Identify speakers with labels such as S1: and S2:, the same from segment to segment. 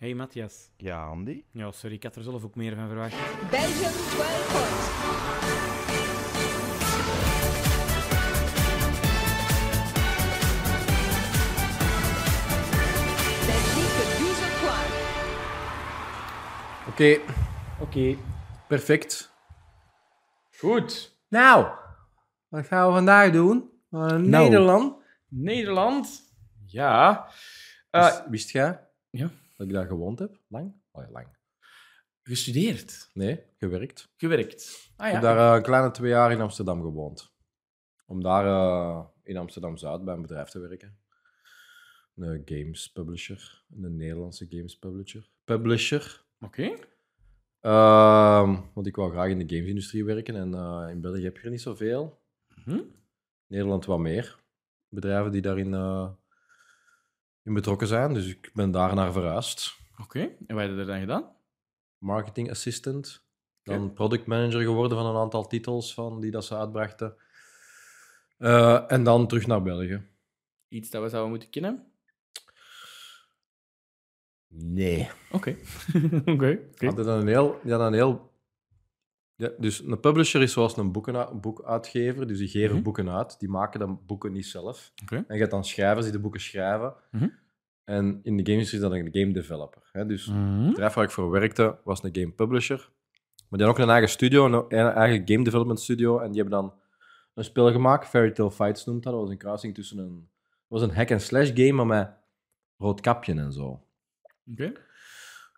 S1: Hey Matthias.
S2: Ja, Andy?
S1: Ja, sorry, ik had er zelf ook meer van verwacht.
S3: Belgium 12 points. Belgique 12 points.
S4: Oké,
S1: Oké.
S4: perfect.
S1: Goed.
S4: Nou, wat gaan we vandaag doen? Eh, Nederland.
S1: Nederland. Ja. Eh,
S4: Wist- Wist jij
S1: Ja.
S4: dat ik daar gewoond heb? Lang? Oh ja, lang.
S1: gestudeerd.
S4: Nee, gewerkt.
S1: Gewerkt. Ah
S4: Ik heb daar eh, een kleine twee jaar in Amsterdam gewoond. Om daar eh, in Amsterdam-Zuid bij een bedrijf te werken. Een games publisher. Een Nederlandse games publisher. Publisher.
S1: Oké.
S4: Ehm, want ik wou graag in de gamesindustrie werken en eh, in België heb je er niet zoveel.
S1: Mhm.
S4: Nederland wat meer. Bedrijven die daarin eh, in betrokken zijn. Dus ik ben daar naar verhuisd.
S1: Oké. En wat heb je er dan gedaan?
S4: Marketing assistant. Dan
S1: Oké.
S4: product manager geworden van een aantal titels van die dat ze uitbrachten. Eh, en dan terug naar België.
S1: Iets dat we zouden moeten kennen.
S4: Nee.
S1: Oké. Oké. oké.
S4: Hadden dan een heel, die hadden een heel... Ja, dus een publisher is zoals een boekena- boekuitgever, dus die geven
S1: Mhm.
S4: boeken uit. Die maken dan boeken niet zelf.
S1: Oké.
S4: En je hebt dan schrijvers die de boeken schrijven.
S1: Mhm.
S4: En in de games is dat een game developer. Hè? Dus
S1: Mhm.
S4: het bedrijf waar ik voor werkte was een game publisher. Maar die had ook een eigen studio, een e- eigen game development studio. En die hebben dan een spel gemaakt, Fairy Tail Fights noemt dat. Dat was een kruising tussen een... Het was een hack-and-slash game, maar met rood kapje en zo.
S1: Oké.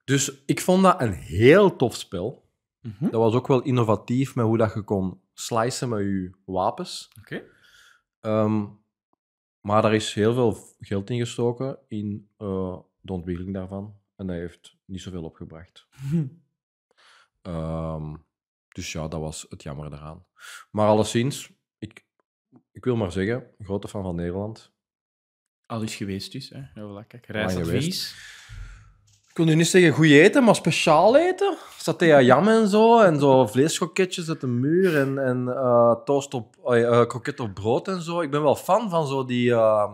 S4: Dus ik vond dat een heel tof spel.
S1: Mhm.
S4: Dat was ook wel innovatief met hoe dat je kon slicen met je wapens.
S1: Oké.
S4: Ehm, maar daar is heel veel v- geld in gestoken in eh, de ontwikkeling daarvan. En dat heeft niet zoveel opgebracht. Ehm, dus ja, dat was het jammer daaraan. Maar alleszins, ik, ik wil maar zeggen, grote fan van Nederland.
S1: Al is geweest dus. Hè. Ja, voilà, kijk.
S4: geweest.
S1: Reisadvies.
S4: Ik kon nu niet zeggen goed eten, maar speciaal eten. Saté jam en zo. En zo vleeskroketjes uit de muur. En, en eh, toast op, eh eh, kroket op brood en zo. Ik ben wel fan van zo die, eh,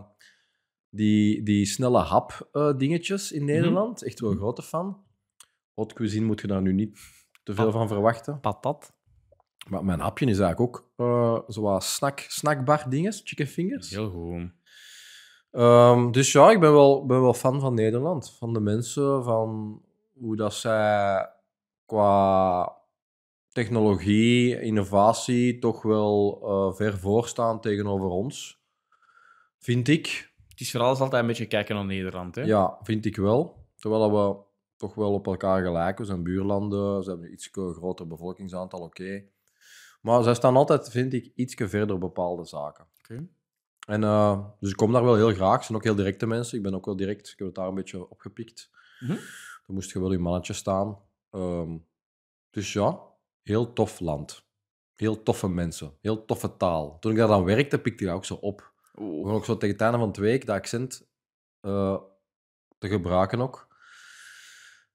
S4: die, die snelle hap eh, dingetjes
S1: Mhm.
S4: in Nederland. Echt wel een grote fan. Hot cuisine moet je daar nu niet te veel van verwachten.
S1: Patat.
S4: Maar mijn hapje is eigenlijk ook eh zo wat snack, snackbar dinges. Chicken fingers.
S1: Heel goed.
S4: Ehm, dus ja, ik ben wel, ben wel fan van Nederland. Van de mensen, van hoe dat zij qua technologie, innovatie toch wel eh, ver voorstaan tegenover ons. Vind ik.
S1: Het is vooral altijd een beetje kijken naar Nederland. Hè?
S4: Ja, vind ik wel. Terwijl dat we toch wel op elkaar gelijken. We zijn buurlanden, ze hebben een iets groter bevolkingsaantal, oké. Maar zij staan altijd, vind ik, iets verder op bepaalde zaken.
S1: Oké.
S4: En, eh, dus ik kom daar wel heel graag. Ze zijn ook heel directe mensen. Ik ben ook wel direct. Ik heb het daar een beetje opgepikt.
S1: Mhm.
S4: Dan moest je wel in mannetje staan. Ehm, dus ja, heel tof land. Heel toffe mensen. Heel toffe taal. Toen ik daar dan werkte, pikte ik dat ook zo op.
S1: Oeh.
S4: Gewoon ook zo tegen het einde van het week dat accent eh, te gebruiken ook.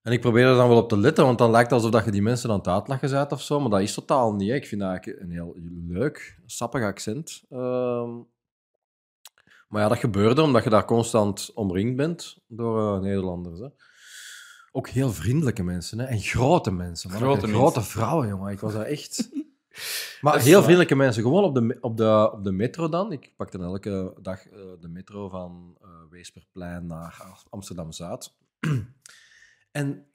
S4: En ik probeer er dan wel op te letten, want dan lijkt het alsof dat je die mensen aan het uitlachen bent of zo. Maar dat is totaal niet. hè. Ik vind dat eigenlijk een heel leuk, sappig accent. Ehm, maar ja, dat gebeurde omdat je daar constant omringd bent door eh, Nederlanders. Hè. Ook heel vriendelijke mensen hè. en grote mensen. man.
S1: Grote
S4: Grote,
S1: mensen.
S4: vrouwen, jongen. Ik was daar echt. Maar
S1: Dat is
S4: heel
S1: waar.
S4: vriendelijke mensen. Gewoon op de, me- op, de, op de metro dan. Ik pakte dan elke dag eh, de metro van eh, Weesperplein naar Amsterdam Zuid. En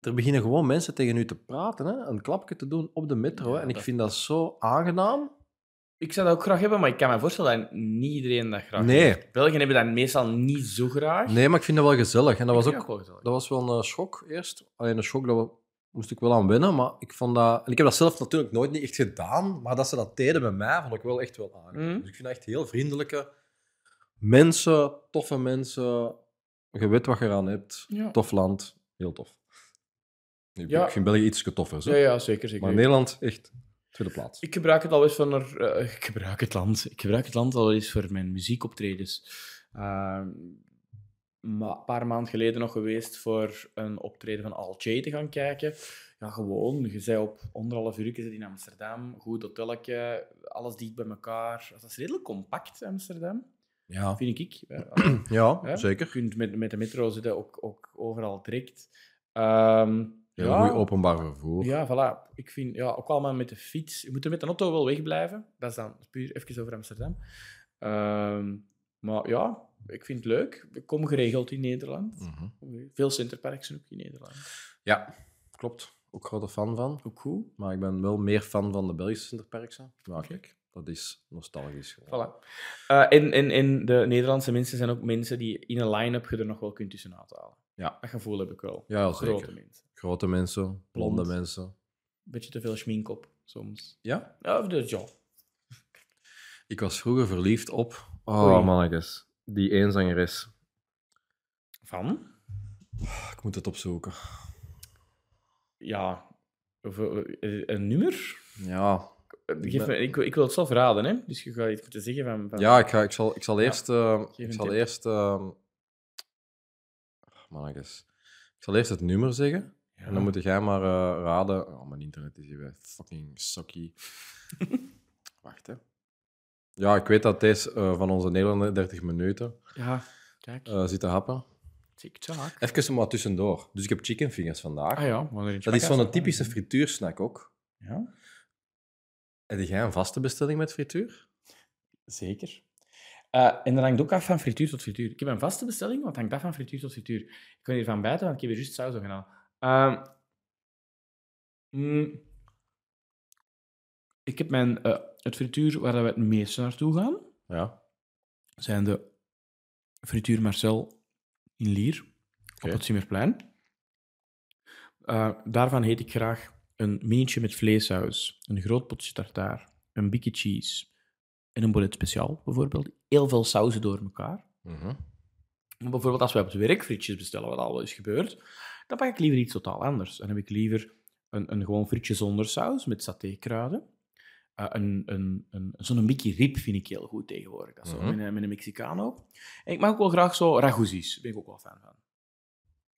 S4: er beginnen gewoon mensen tegen u te praten, hè? een klapje te doen op de metro. hè.
S1: Ja,
S4: en ik
S1: dat-
S4: vind dat zo aangenaam.
S1: Ik zou dat ook graag hebben, maar ik kan me voorstellen dat niet iedereen dat graag
S4: Nee.
S1: heeft. Belgen hebben dat meestal niet zo graag.
S4: Nee, maar ik vind dat wel gezellig. En dat was
S1: Ik
S4: ook
S1: vind dat wel gezellig.
S4: dat was wel een eh, schok eerst. Alleen een schok, dat we- moest ik wel aan wennen. Maar ik vond dat... En ik heb dat zelf natuurlijk nooit niet echt gedaan. Maar dat ze dat deden bij mij, vond ik wel echt wel aangenaam.
S1: Mhm.
S4: Dus ik vind dat echt heel vriendelijke mensen, toffe mensen. Je weet wat je eraan hebt.
S1: Ja.
S4: Tof land. Heel tof. Ik,
S1: Ja.
S4: ik vind België iets toffer.
S1: Ja, ja, zeker. zeker.
S4: Maar Nederland, echt tweede plaats.
S1: Ik gebruik het al eens voor naar, eh, ik gebruik het land. Ik gebruik het land al eens voor mijn muziekoptredens. Ehm, maar een paar maanden geleden nog geweest voor een optreden van Al Jay te gaan kijken. Ja, gewoon. Je zei op anderhalf uur je zit in Amsterdam. Goed hotelletje, alles dicht bij elkaar. Dat is redelijk compact, Amsterdam.
S4: Ja,
S1: vind ik. Ja,
S4: ja,
S1: Ja. Je
S4: zeker.
S1: kunt met, met de metro zitten, ook, ook overal direct. Ehm,
S4: Heel goed openbaar vervoer.
S1: ja, voilà. Ik vind, ja, ook allemaal met de fiets. Je moet er met de auto wel wegblijven. Dat is dan puur even over Amsterdam. Ehm, maar ja, ik vind het leuk. Ik kom geregeld in Nederland.
S4: Mhm.
S1: Veel centerparks zijn ook in Nederland.
S4: Ja, klopt. Ook grote fan van.
S1: Ook goed.
S4: Maar ik ben wel meer fan van de Belgische Sinterperkse. Maar
S1: Oké.
S4: kijk, dat is nostalgisch. gewoon.
S1: Voilà. Eh, en, en, en de Nederlandse mensen zijn ook mensen die in een line-up je er nog wel kunt tussenuit halen.
S4: Ja.
S1: Dat gevoel heb ik wel.
S4: Ja,
S1: Grote
S4: zeker.
S1: mensen.
S4: Grote mensen, blonde
S1: Blond.
S4: mensen.
S1: Beetje te veel schmink op soms.
S4: Ja?
S1: Ja, Of de John.
S4: Ik was vroeger verliefd op... Oh,
S1: Oei.
S4: mannetjes. Die eenzangeres.
S1: Van?
S4: Ah, Ik moet het opzoeken.
S1: Ja. Of, eh, eh, een nummer?
S4: Ja,
S1: Geef Eh, me, ik, ik wil het zelf raden, hè? Dus je gaat iets moeten zeggen van. van
S4: ja ik, ga, ik, zal, ik zal
S1: Ja.
S4: eerst... eh,
S1: Geef
S4: ik
S1: een
S4: zal
S1: tip.
S4: eerst... eh, mannetjes. Ik zal eerst het nummer zeggen.
S1: Ja.
S4: En dan moet jij maar eh, raden... Oh, mijn internet is hier weer fucking sucky. Wacht, hè. Ja, ik weet dat deze eh, van onze Nederlander 30 minuten
S1: Ja, kijk.
S4: eh, zit te happen.
S1: TikTok.
S4: Even maar tussendoor. Dus ik heb chicken fingers vandaag.
S1: Ah ja, we gaan er iets
S4: Dat is
S1: pakken.
S4: zo'n typische frituursnack ook.
S1: Ja,
S4: Heb jij een vaste bestelling met frituur?
S1: zeker. Eh, en dat hangt ook af van frituur tot frituur. Ik heb een vaste bestelling, want het hangt af van frituur tot frituur. Ik kan hier van buiten, want ik heb hier juist saus op gedaan. Ehm, mm, ik heb mijn, eh, het frituur waar we het meeste naartoe gaan,
S4: Ja.
S1: zijn de frituur Marcel in Lier
S4: Oké.
S1: op het Simmerplein. Eh, daarvan heet ik graag een minietje met vleessaus, een groot potje tartaar, een bikkie cheese en een bolet speciaal bijvoorbeeld. Heel veel sauzen door elkaar.
S4: Mhm.
S1: Maar bijvoorbeeld als wij op het werk frietjes bestellen, wat al wel eens gebeurt, dan pak ik liever iets totaal anders. Dan heb ik liever een, een gewoon frietje zonder saus, met satékruiden. Eh, een, een, een, Zo'n bikkie rib vind ik heel goed tegenwoordig. Dat is zo
S4: Mhm.
S1: met, een- met een Mexicano. En ik maak ook wel graag zo ragouzis. Daar ben ik ook wel fan van.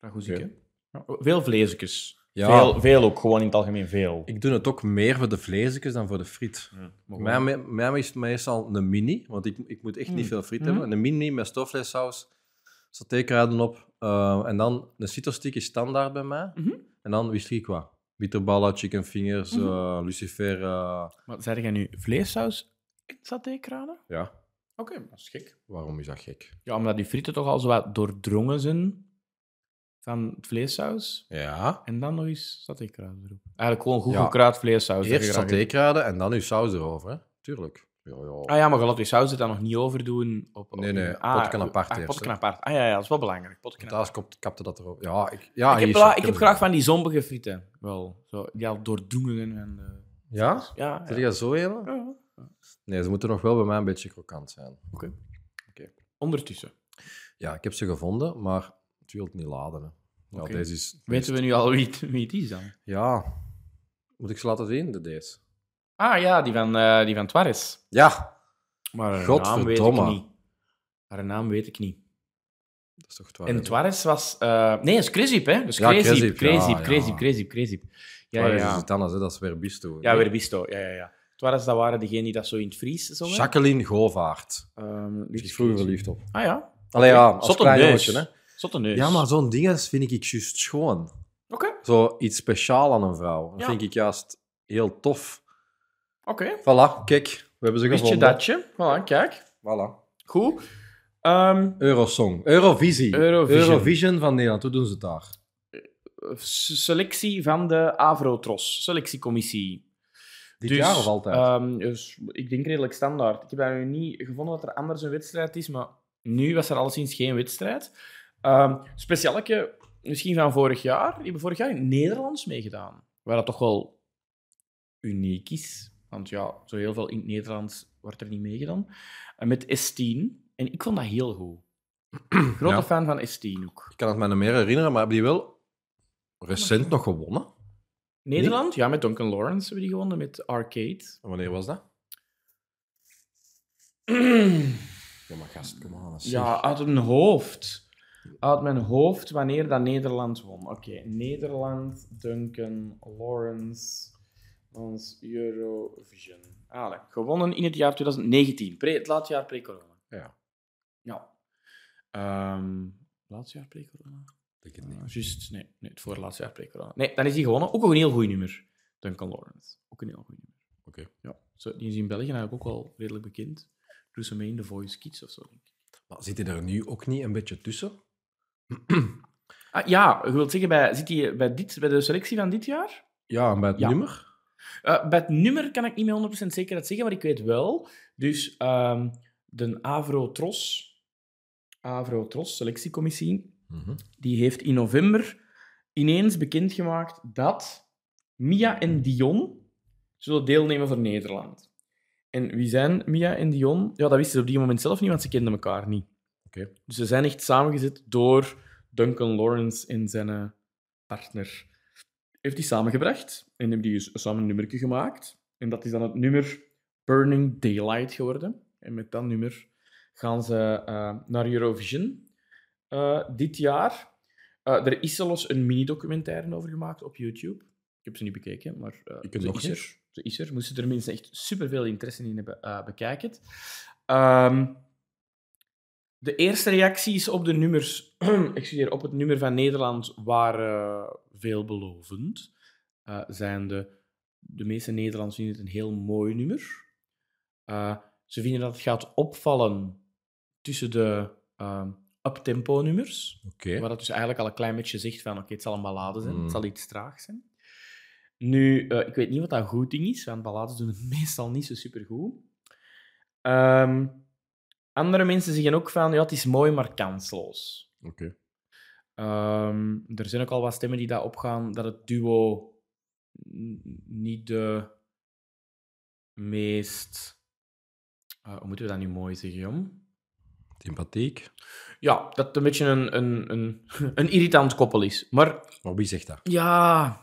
S1: Ragouzike. Ja, veel vleesjes.
S4: Ja.
S1: Veel, veel ook, gewoon in het algemeen veel.
S4: Ik doe het ook meer voor de vleesjes dan voor de friet.
S1: Maar
S4: Mij,
S1: gewoon-
S4: mij- mij is het meestal een mini, want ik, ik moet echt niet
S1: Mm.
S4: veel friet
S1: Mhm.
S4: hebben. Een mini met stoofvleessaus, satékruiden op. eh, en dan een citrostick is standaard bij mij.
S1: Mhm.
S4: En dan wischikwa. Bitterballen, chicken fingers, eh, lucifer. eh,
S1: Maar zei jij nu vleessaus in satékruiden?
S4: ja,
S1: Oké, dat is gek.
S4: waarom is dat gek?
S1: Ja, omdat die frieten toch al zo wat doordrongen zijn van het vleessaus.
S4: Ja.
S1: En dan nog eens satékruid erop. Eigenlijk gewoon goed
S4: Ja.
S1: gekruid vleessaus. dat
S4: Eerst
S1: je graag hebt.
S4: satékruiden en dan uw saus erover, hè? Tuurlijk. Ja, ja.
S1: Ah ja, maar je laat die saus er dan nog niet over doen. Op, op-
S4: Nee, nee,
S1: ah,
S4: potken apart
S1: Ah,
S4: eerst,
S1: potken
S4: hè.
S1: apart. Ah ja, ja, dat is wel belangrijk. Potken apart.
S4: Thuis kop- kapte dat erop. Ja, ik, ja,
S1: ik heb,
S4: hier
S1: wel-
S4: is-
S1: ik heb graag van die zombige frieten. Wel, zo, die al doordrongen. En, eh,
S4: Ja?
S1: ja,
S4: Zit
S1: ja.
S4: je zo helemaal?
S1: Ja, ja.
S4: Nee, ze moeten nog wel bij mij een beetje krokant zijn.
S1: Ondertussen.
S4: Ja, ik heb ze gevonden, maar het wil het niet laden. Hè. Ja,
S1: Oké.
S4: deze is...
S1: Weten we nu al wie het, wie het is dan?
S4: Ja. Moet ik ze laten zien, de deze?
S1: Ah ja, die van, eh die van Tuarez.
S4: Ja.
S1: Maar haar naam weet ik
S4: Godverdomme.
S1: niet. Haar naam weet ik niet.
S4: Dat is toch twaar.
S1: En Tuarez was... eh, nee, dat is Krezip, hè? Dus
S4: Ja,
S1: Krezip,
S4: Krezip, ja,
S1: Krezip,
S4: ja.
S1: Krezip, Krezip, Krezip. Ja, ja,
S4: Twaar is
S1: ja.
S4: iets anders, hè. dat is weer Bisto.
S1: Ja, weer Bisto. Ja, ja, ja. Tuarez, dat waren degenen die dat zo in het Fries zongen.
S4: Jacqueline Govaert.
S1: Ehm,
S4: Ik
S1: liefst
S4: was vroeger
S1: Krezip.
S4: verliefd op.
S1: Ah ja.
S4: Allee, ja,
S1: Oké,
S4: als
S1: zotte
S4: klein
S1: neus.
S4: jongetje, hè.
S1: Zotte neus.
S4: Ja, maar zo'n ding vind ik juist schoon.
S1: Oké,
S4: Zo iets speciaal aan een vrouw. Dat
S1: Ja.
S4: vind ik juist heel tof.
S1: oké.
S4: Voilà, kijk. We hebben ze
S1: Wist je
S4: gevonden.
S1: datje? Voilà, kijk.
S4: Voilà.
S1: Goed. Ehm,
S4: Eurosong. Eurovisie.
S1: Eurovision.
S4: Eurovision van Nederland. Hoe doen ze het daar?
S1: s- selectie van de Avrotros, selectiecommissie.
S4: Dit
S1: Dus,
S4: jaar of altijd?
S1: ehm, dus ik denk redelijk standaard. Ik heb daar nu niet gevonden dat er anders een wedstrijd is, maar nu was er alleszins geen wedstrijd. Ehm specialeke, misschien van vorig jaar, die hebben vorig jaar in het Nederlands meegedaan. Waar dat toch wel uniek is. Want ja, zo heel veel in het Nederlands wordt er niet meegedaan. En met S10. En ik vond dat heel goed. Grote
S4: Ja.
S1: fan van S10 ook.
S4: Ik kan het me niet meer herinneren, maar hebben die wel recent nog gewonnen?
S1: Nederland? Ja, met Duncan Lawrence hebben die gewonnen, met Arcade.
S4: En wanneer was dat? Ja, maar gast, kom aan. zeg.
S1: Ja, uit mijn hoofd. Uit mijn hoofd wanneer dat Nederland won. Oké, Nederland, Duncan, Lawrence, ons Eurovision. Allee, gewonnen in het jaar 2019, pre, het laatste jaar pre-corona.
S4: Ja.
S1: Ja. Ehm laatste jaar pre-corona?
S4: Denk het niet.
S1: Ah, juist, nee, nee, het voorlaatste jaar pre-corona. Nee, dan is hij gewonnen. Ook een heel goed nummer, Duncan Lawrence. Ook een heel goed nummer.
S4: Oké.
S1: Ja. Zo, die is in België eigenlijk ook wel redelijk bekend. Doe ze mee in The Voice Kids of zo, denk ik.
S4: Maar zit hij er nu ook niet een beetje tussen?
S1: Ah, ja, ik wil zeggen, bij, zit hij bij, dit, bij de selectie van dit jaar?
S4: Ja, en bij het
S1: Ja.
S4: nummer?
S1: Eh, bij het nummer kan ik niet met 100% zekerheid zeggen, maar ik weet wel. Dus ehm, de Avro Tros, Avro Tros selectiecommissie,
S4: Mhm.
S1: die heeft in november ineens bekendgemaakt dat Mia en Dion zullen deelnemen voor Nederland. En wie zijn Mia en Dion? Ja, dat wisten ze op die moment zelf niet, want ze kenden elkaar niet.
S4: Oké.
S1: Dus ze zijn echt samengezet door Duncan Lawrence en zijn eh, partner. Heeft die samengebracht en hebben die dus samen een nummertje gemaakt. En dat is dan het nummer Burning Daylight geworden. En met dat nummer gaan ze eh, naar Eurovision eh, dit jaar. Eh, er is zelfs een mini-documentaire over gemaakt op YouTube. Ik heb ze niet bekeken, maar eh,
S4: Ik heb
S1: ze,
S4: nog
S1: is
S4: niet.
S1: er, ze is er. Moesten er mensen echt superveel interesse in hebben, eh bekijk het. Ehm, de eerste reacties op de nummers, excuseer, op het nummer van Nederland waren veelbelovend. Eh zijn de, de meeste Nederlanders vinden het een heel mooi nummer. Eh, ze vinden dat het gaat opvallen tussen de ehm uptempo nummers.
S4: Oké.
S1: Waar dat dus eigenlijk al een klein beetje zegt van, oké, het zal een ballade zijn,
S4: Mm.
S1: het zal iets traag zijn. Nu, eh, ik weet niet wat dat een goed ding is, want ballades doen het meestal niet zo supergoed. Ehm andere mensen zeggen ook van, ja, het is mooi, maar kansloos.
S4: Oké.
S1: Ehm, er zijn ook al wat stemmen die daar opgaan dat het duo n- niet de meest... eh, hoe moeten we dat nu mooi zeggen, jong?
S4: Sympathiek.
S1: Ja, dat het een beetje een, een, een, een irritant koppel is. Maar
S4: Maar wie zegt dat?
S1: Ja.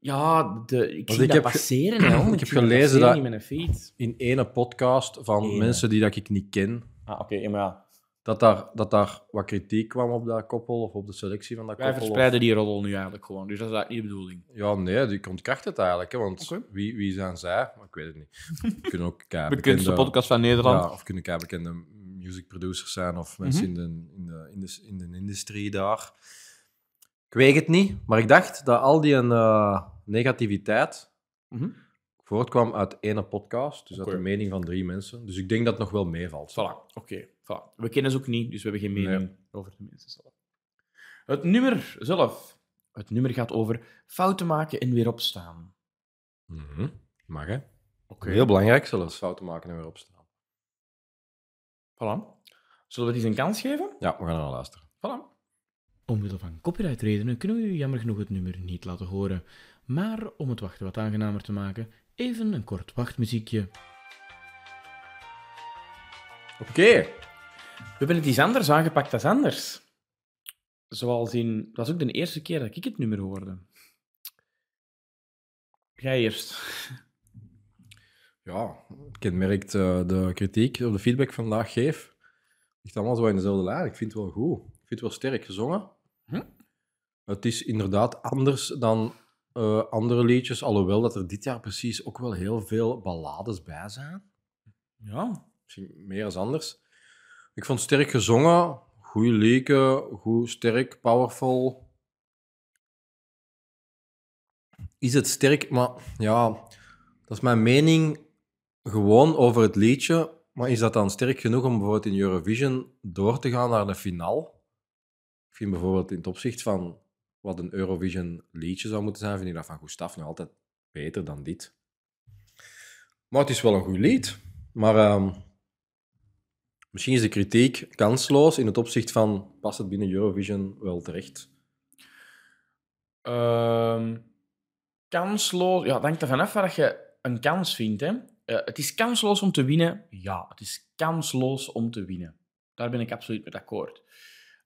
S1: Ja, de, ik
S4: Want
S1: zie
S4: ik
S1: dat
S4: heb ge-
S1: passeren. hè, hond.
S4: Ik heb
S1: zie dat
S4: gelezen
S1: passeren
S4: dat-
S1: in mijn feed.
S4: In ene podcast van
S1: Ene.
S4: mensen die dat ik niet ken,
S1: Ah, oké, maar ja.
S4: dat daar, dat daar wat kritiek kwam op dat koppel of op de selectie van dat
S1: Wij
S4: koppel. of-
S1: verspreiden die roddel nu eigenlijk gewoon, dus dat is eigenlijk niet de bedoeling.
S4: Ja, nee, die ontkracht het eigenlijk. Hè, want
S1: Oké.
S4: wie, wie zijn zij? Maar ik weet het niet. We kunnen ook kei
S1: Bekendste podcast van Nederland.
S4: Ja, of kunnen kei bekende music producers zijn of mensen
S1: Mhm.
S4: in, de, in, de, in, de, in de industrie daar. Ik weet het niet, maar ik dacht dat al die eh, negativiteit
S1: Mhm.
S4: voortkwam uit één podcast, dus
S1: Oké.
S4: uit de mening van drie mensen. Dus ik denk dat het nog wel meevalt.
S1: Voilà, oké. voilà. We kennen ze ook niet, dus we hebben geen mening
S4: Nee.
S1: over de mensen zelf. Het nummer zelf. Het nummer gaat over fouten maken en weer opstaan.
S4: Mhm. Mag hè?
S1: Oké.
S4: Heel belangrijk zelfs, fouten maken en weer opstaan.
S1: Voilà. Zullen we het eens een kans geven?
S4: Ja, we gaan naar luisteren.
S1: Voilà. Omwille van copyrightredenen kunnen we u jammer genoeg het nummer niet laten horen. Maar om het wachten wat aangenamer te maken, even een kort wachtmuziekje.
S4: Oké.
S1: We hebben het iets anders aangepakt dan anders. Zoals in... Dat is ook de eerste keer dat ik het nummer hoorde. Jij eerst.
S4: Ja, kenmerkt eh de kritiek of de feedback vandaag geef. Ligt allemaal zo in dezelfde lijn. Ik vind het wel goed. Ik vind het wel sterk gezongen.
S1: Hm?
S4: Het is inderdaad anders dan eh, andere liedjes, alhoewel dat er dit jaar precies ook wel heel veel ballades bij zijn.
S1: Ja.
S4: Misschien meer als anders. Ik vond het sterk gezongen, goede leken, goed sterk, powerful. Is het sterk, maar ja, dat is mijn mening gewoon over het liedje. Maar is dat dan sterk genoeg om bijvoorbeeld in Eurovision door te gaan naar de finale? Ik vind bijvoorbeeld in het opzicht van wat een Eurovision liedje zou moeten zijn, vind ik dat van Gustaf nog altijd beter dan dit. Maar het is wel een goed lied. Maar ehm, misschien is de kritiek kansloos in het opzicht van past het binnen Eurovision wel terecht.
S1: Ehm, kansloos... Ja, het hangt er vanaf waar je een kans vindt. Hè. Eh, het is kansloos om te winnen. Ja, het is kansloos om te winnen. Daar ben ik absoluut mee akkoord.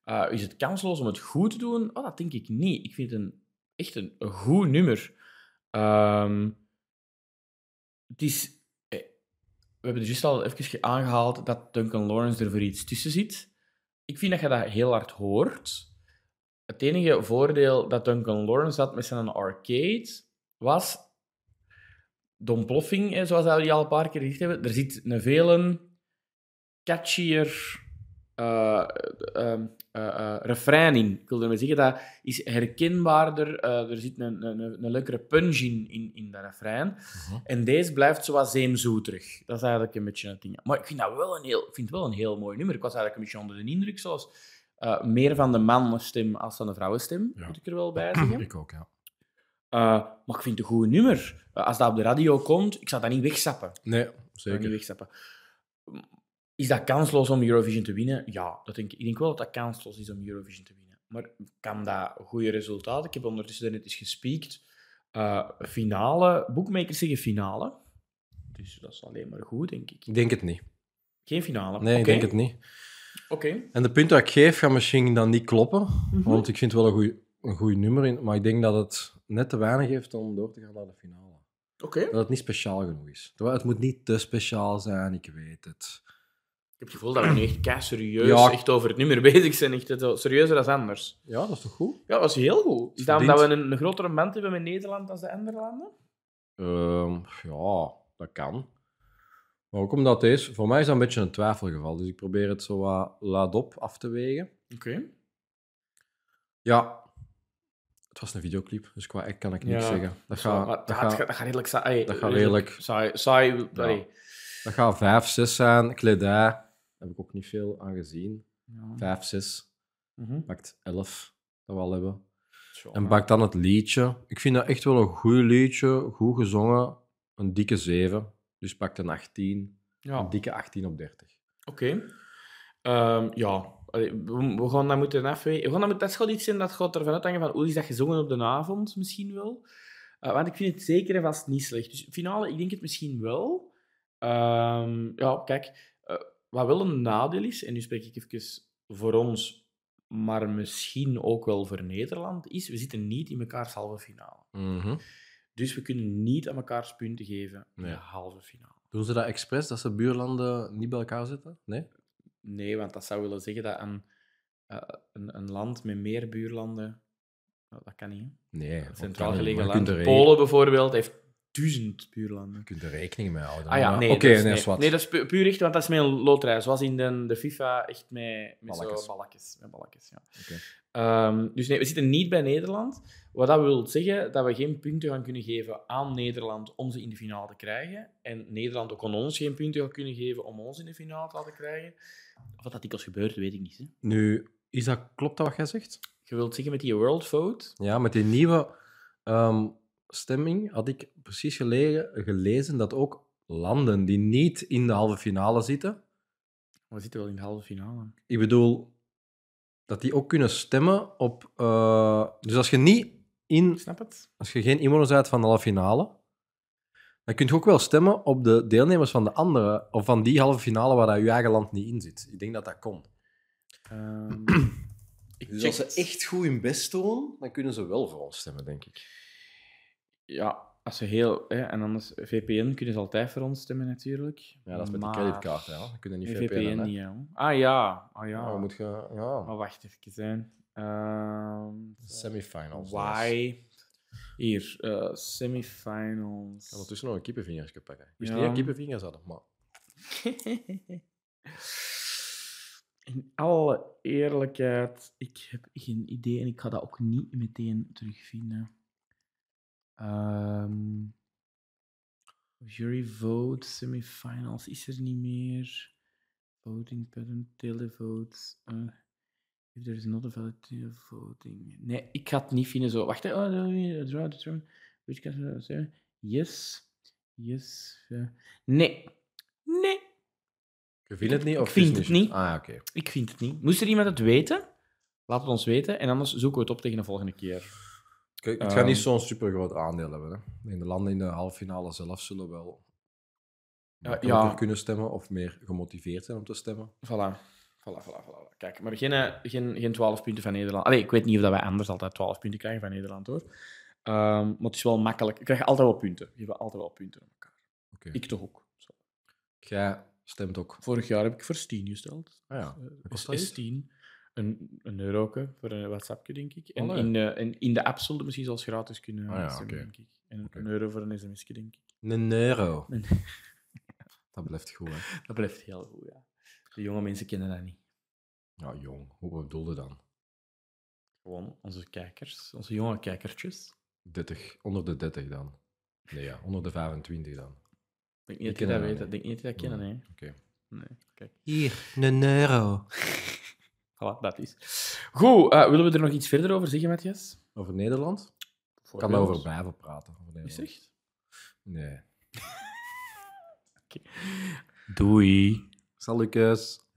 S1: Eh, is het kansloos om het goed te doen? Oh, dat denk ik niet. Ik vind het een, echt een, een goed nummer. Ehm, het is... eh, We hebben dus al even ge- aangehaald dat Duncan Lawrence er voor iets tussen zit. Ik vind dat je dat heel hard hoort. Het enige voordeel dat Duncan Lawrence had met zijn arcade was de ontploffing, hè, zoals we die al een paar keer gezegd hebben. Er zit een veel catchier eh, ehm, eh, eh, refrein in. Ik wil ermee zeggen, dat is herkenbaarder. eh, er zit een, een, een een lekkere punch in, in, in dat refrein. En deze blijft zo wat zeemzoeterig. Dat is eigenlijk een beetje het ding. Maar ik vind dat wel een heel, ik vind het wel een heel mooi nummer. Ik was eigenlijk een beetje onder de indruk, zoals eh, meer van de mannenstem als van de vrouwenstem,
S4: Ja.
S1: moet ik er wel bij zeggen.
S4: Ik ook, ja.
S1: Eh, maar ik vind het een goed nummer. Eh, als dat op de radio komt, ik zou dat niet wegzappen.
S4: Nee,
S1: Ik zou dat
S4: zeker.
S1: niet wegzappen. Is dat kansloos om Eurovision te winnen? Ja, dat denk ik. ik denk wel dat dat kansloos is om Eurovision te winnen. Maar kan dat goede resultaten? Ik heb ondertussen net eens gespiekt. Eh, finale, boekmakers zeggen finale. Dus dat is alleen maar goed, denk ik.
S4: Ik denk het niet.
S1: Geen finale.
S4: Nee, ik
S1: Oké,
S4: denk het niet.
S1: Oké.
S4: En de punten die ik geef gaan misschien dan niet kloppen, want ik vind het wel een goed een goeie nummer, in, maar ik denk dat het net te weinig heeft om door te gaan naar de finale.
S1: Oké.
S4: Dat het niet speciaal genoeg is. Terwijl het moet niet te speciaal zijn, ik weet het.
S1: Ik heb het gevoel dat we nu echt kei serieus
S4: Ja.
S1: echt over het nummer bezig zijn. Echt, het is serieuzer dan anders.
S4: Ja, dat is toch goed?
S1: Ja, dat was heel goed. Is dat
S4: Verdiend.
S1: omdat we een, een grotere band hebben met Nederland dan de andere landen?
S4: Ehm, ja, dat kan. Maar ook omdat deze, voor mij is dat een beetje een twijfelgeval, dus ik probeer het zo wat laat op af te wegen.
S1: Oké.
S4: Ja, het was een videoclip, dus qua act kan ik niks
S1: Ja,
S4: zeggen. Dat
S1: Zo, maar
S4: gaat
S1: dat,
S4: dat
S1: gaat,
S4: gaat-
S1: dat gaat redelijk saai.
S4: dat gaat redelijk-
S1: Saai. saai
S4: Ja.
S1: allee.
S4: dat gaat vijf, zes zijn. Kledij, daar heb ik ook niet veel aan gezien.
S1: Ja.
S4: Vijf, zes.
S1: Mhm.
S4: Maakt 11 dat we al hebben.
S1: Zo,
S4: En
S1: maar-
S4: pak dan het liedje. Ik vind dat echt wel een goed liedje. Goed gezongen. Een dikke 7. Dus pak een 18.
S1: Ja,
S4: Een
S1: oké.
S4: dikke 18 op 30.
S1: Ehm, ja. Allee, we, we gaan dat moeten afwegen. We gaan dat, moet- dat gaat iets zijn dat gaat ervan uithangen van hoe is dat gezongen op de avond misschien wel. Eh, want ik vind het zeker en vast niet slecht. Dus finale, ik denk het misschien wel. Ehm, ja, kijk. eh, wat wel een nadeel is, en nu spreek ik even voor ons, maar misschien ook wel voor Nederland, is we zitten niet in mekaars halve finale. Dus we kunnen niet aan mekaars punten geven in
S4: Nee.
S1: de halve finale.
S4: Doen ze dat expres, dat ze buurlanden niet bij elkaar zitten? Nee?
S1: Nee, want dat zou willen zeggen dat een, eh, een, een land met meer buurlanden... Nou, dat kan niet, hè.
S4: Nee.
S1: Het
S4: want
S1: centraal
S4: kan niet,
S1: gelegen
S4: maar je kunt
S1: land.
S4: er re-
S1: Polen bijvoorbeeld heeft duizend buurlanden.
S4: Je kunt er rekening mee houden.
S1: Ah ja,
S4: Maar
S1: nee.
S4: Oké,
S1: dat is-
S4: nee,
S1: nee,
S4: is wat.
S1: nee, dat is pu- puur echt, want dat is mijn loterij. Zoals in de, de FIFA, echt met, met
S4: Balletjes.
S1: zo balletjes. Met balletjes ja.
S4: Oké.
S1: Ehm, dus nee, we zitten niet bij Nederland. Wat dat wil zeggen, dat we geen punten gaan kunnen geven aan Nederland om ze in de finale te krijgen. En Nederland ook aan ons geen punten gaat kunnen geven om ons in de finale te laten krijgen. Of wat dat dikwijls gebeurt, weet ik niet. Hè.
S4: Nu, is dat, klopt dat wat jij zegt?
S1: Je wilt zeggen met die world vote?
S4: Ja, met die nieuwe ehm, stemming had ik precies gelegen, gelezen dat ook landen die niet in de halve finale zitten,
S1: We zitten wel in de halve finale.
S4: ik bedoel, dat die ook kunnen stemmen op. eh, dus als je, niet
S1: Ik
S4: in,
S1: snap het.
S4: als je geen inwoner bent van de halve finale, dan kun je ook wel stemmen op de deelnemers van de andere, of van die halve finale waar dat je eigen land niet in zit. Ik denk dat dat komt.
S1: Ehm, ik
S4: Dus
S1: check
S4: als ze
S1: het.
S4: echt goed hun best doen, dan kunnen ze wel voor ons stemmen, denk ik.
S1: Ja, als ze heel... Hè, en anders, VPN kunnen ze altijd voor ons stemmen, natuurlijk.
S4: Ja, dat is met
S1: maar...
S4: de creditcard, hè. Dan kunnen niet
S1: Nee,
S4: VPN.
S1: VPN niet, hè, hoor. Ah ja, ah ja. Oh,
S4: Ja, moet je... Ja,
S1: Maar wacht even, zijn. Ehm
S4: semifinals.
S1: why? Hier, eh, semifinals.
S4: Ik kan ondertussen nog een kippenvingersje pakken. Ik wist
S1: Ja.
S4: niet dat kippenvingers hadden, maar...
S1: In alle eerlijkheid, ik heb geen idee en ik ga dat ook niet meteen terugvinden. Ehm, jury vote, semifinals is er niet meer. Voting pattern, televotes. eh if there is not a valid voting. Nee, ik ga het niet vinden zo. Wacht, hè. oh, eh, draw the term. Which can eh, say yes, yes. eh. nee, nee.
S4: Je vindt het niet? Of
S1: Ik vind
S4: is
S1: het niet.
S4: Ah, oké.
S1: Ik vind het niet. Moest er iemand het weten? Laat het ons weten en anders zoeken we het op tegen de volgende keer.
S4: Kijk, het
S1: Ehm.
S4: gaat niet zo'n supergroot aandeel hebben. Hè. Ik denk de landen in de halve finale zelf zullen wel makkelijker
S1: ja.
S4: kunnen stemmen of meer gemotiveerd zijn om te stemmen.
S1: Voilà. Voilà, voilà, voilà. Kijk, maar geen, eh, geen, geen 12 punten van Nederland. Allee, ik weet niet of dat wij anders altijd 12 punten krijgen van Nederland hoor. Ehm, maar het is wel makkelijk. Ik krijg altijd wel punten. Je hebt altijd wel punten aan elkaar.
S4: Oké.
S1: Ik toch ook. Zo.
S4: Jij stemt ook.
S1: Vorig jaar heb ik voor 10 gesteld.
S4: Ah, ja.
S1: Eh,
S4: kost
S1: Is
S4: dat
S1: is
S4: iets?
S1: 10. Een, een euroke voor een WhatsAppje, denk ik. En
S4: Allee.
S1: in, de, en in de app zullen we misschien zelfs gratis kunnen
S4: Ah, ja,
S1: stemmen,
S4: oké.
S1: denk ik. En
S4: Oké.
S1: een euro voor een sms'je, denk ik.
S4: Een euro.
S1: Een-
S4: Dat blijft goed, hè.
S1: Dat blijft heel goed, ja. De jonge mensen kennen dat niet.
S4: Ja, jong. Hoe bedoelde dan?
S1: Gewoon onze kijkers, onze jonge kijkertjes.
S4: 30, onder de 30 dan. Nee, ja, onder de 25 dan.
S1: Ik denk niet
S4: Ik
S1: dat je
S4: ken
S1: dat
S4: haar
S1: weet.
S4: niet.
S1: Ik denk niet dat je dat
S4: Nee.
S1: kennen, hè.
S4: Oké.
S1: Nee, kijk.
S4: Hier, een euro.
S1: Voilà, dat is. Goed, eh, willen we er nog iets verder over zeggen, Matthias?
S4: Over Nederland? Ik kan
S1: Voorbeeld?
S4: over blijven praten. Over
S1: Is
S4: Nederland.
S1: het echt?
S4: Nee.
S1: Doei.
S4: Salukes.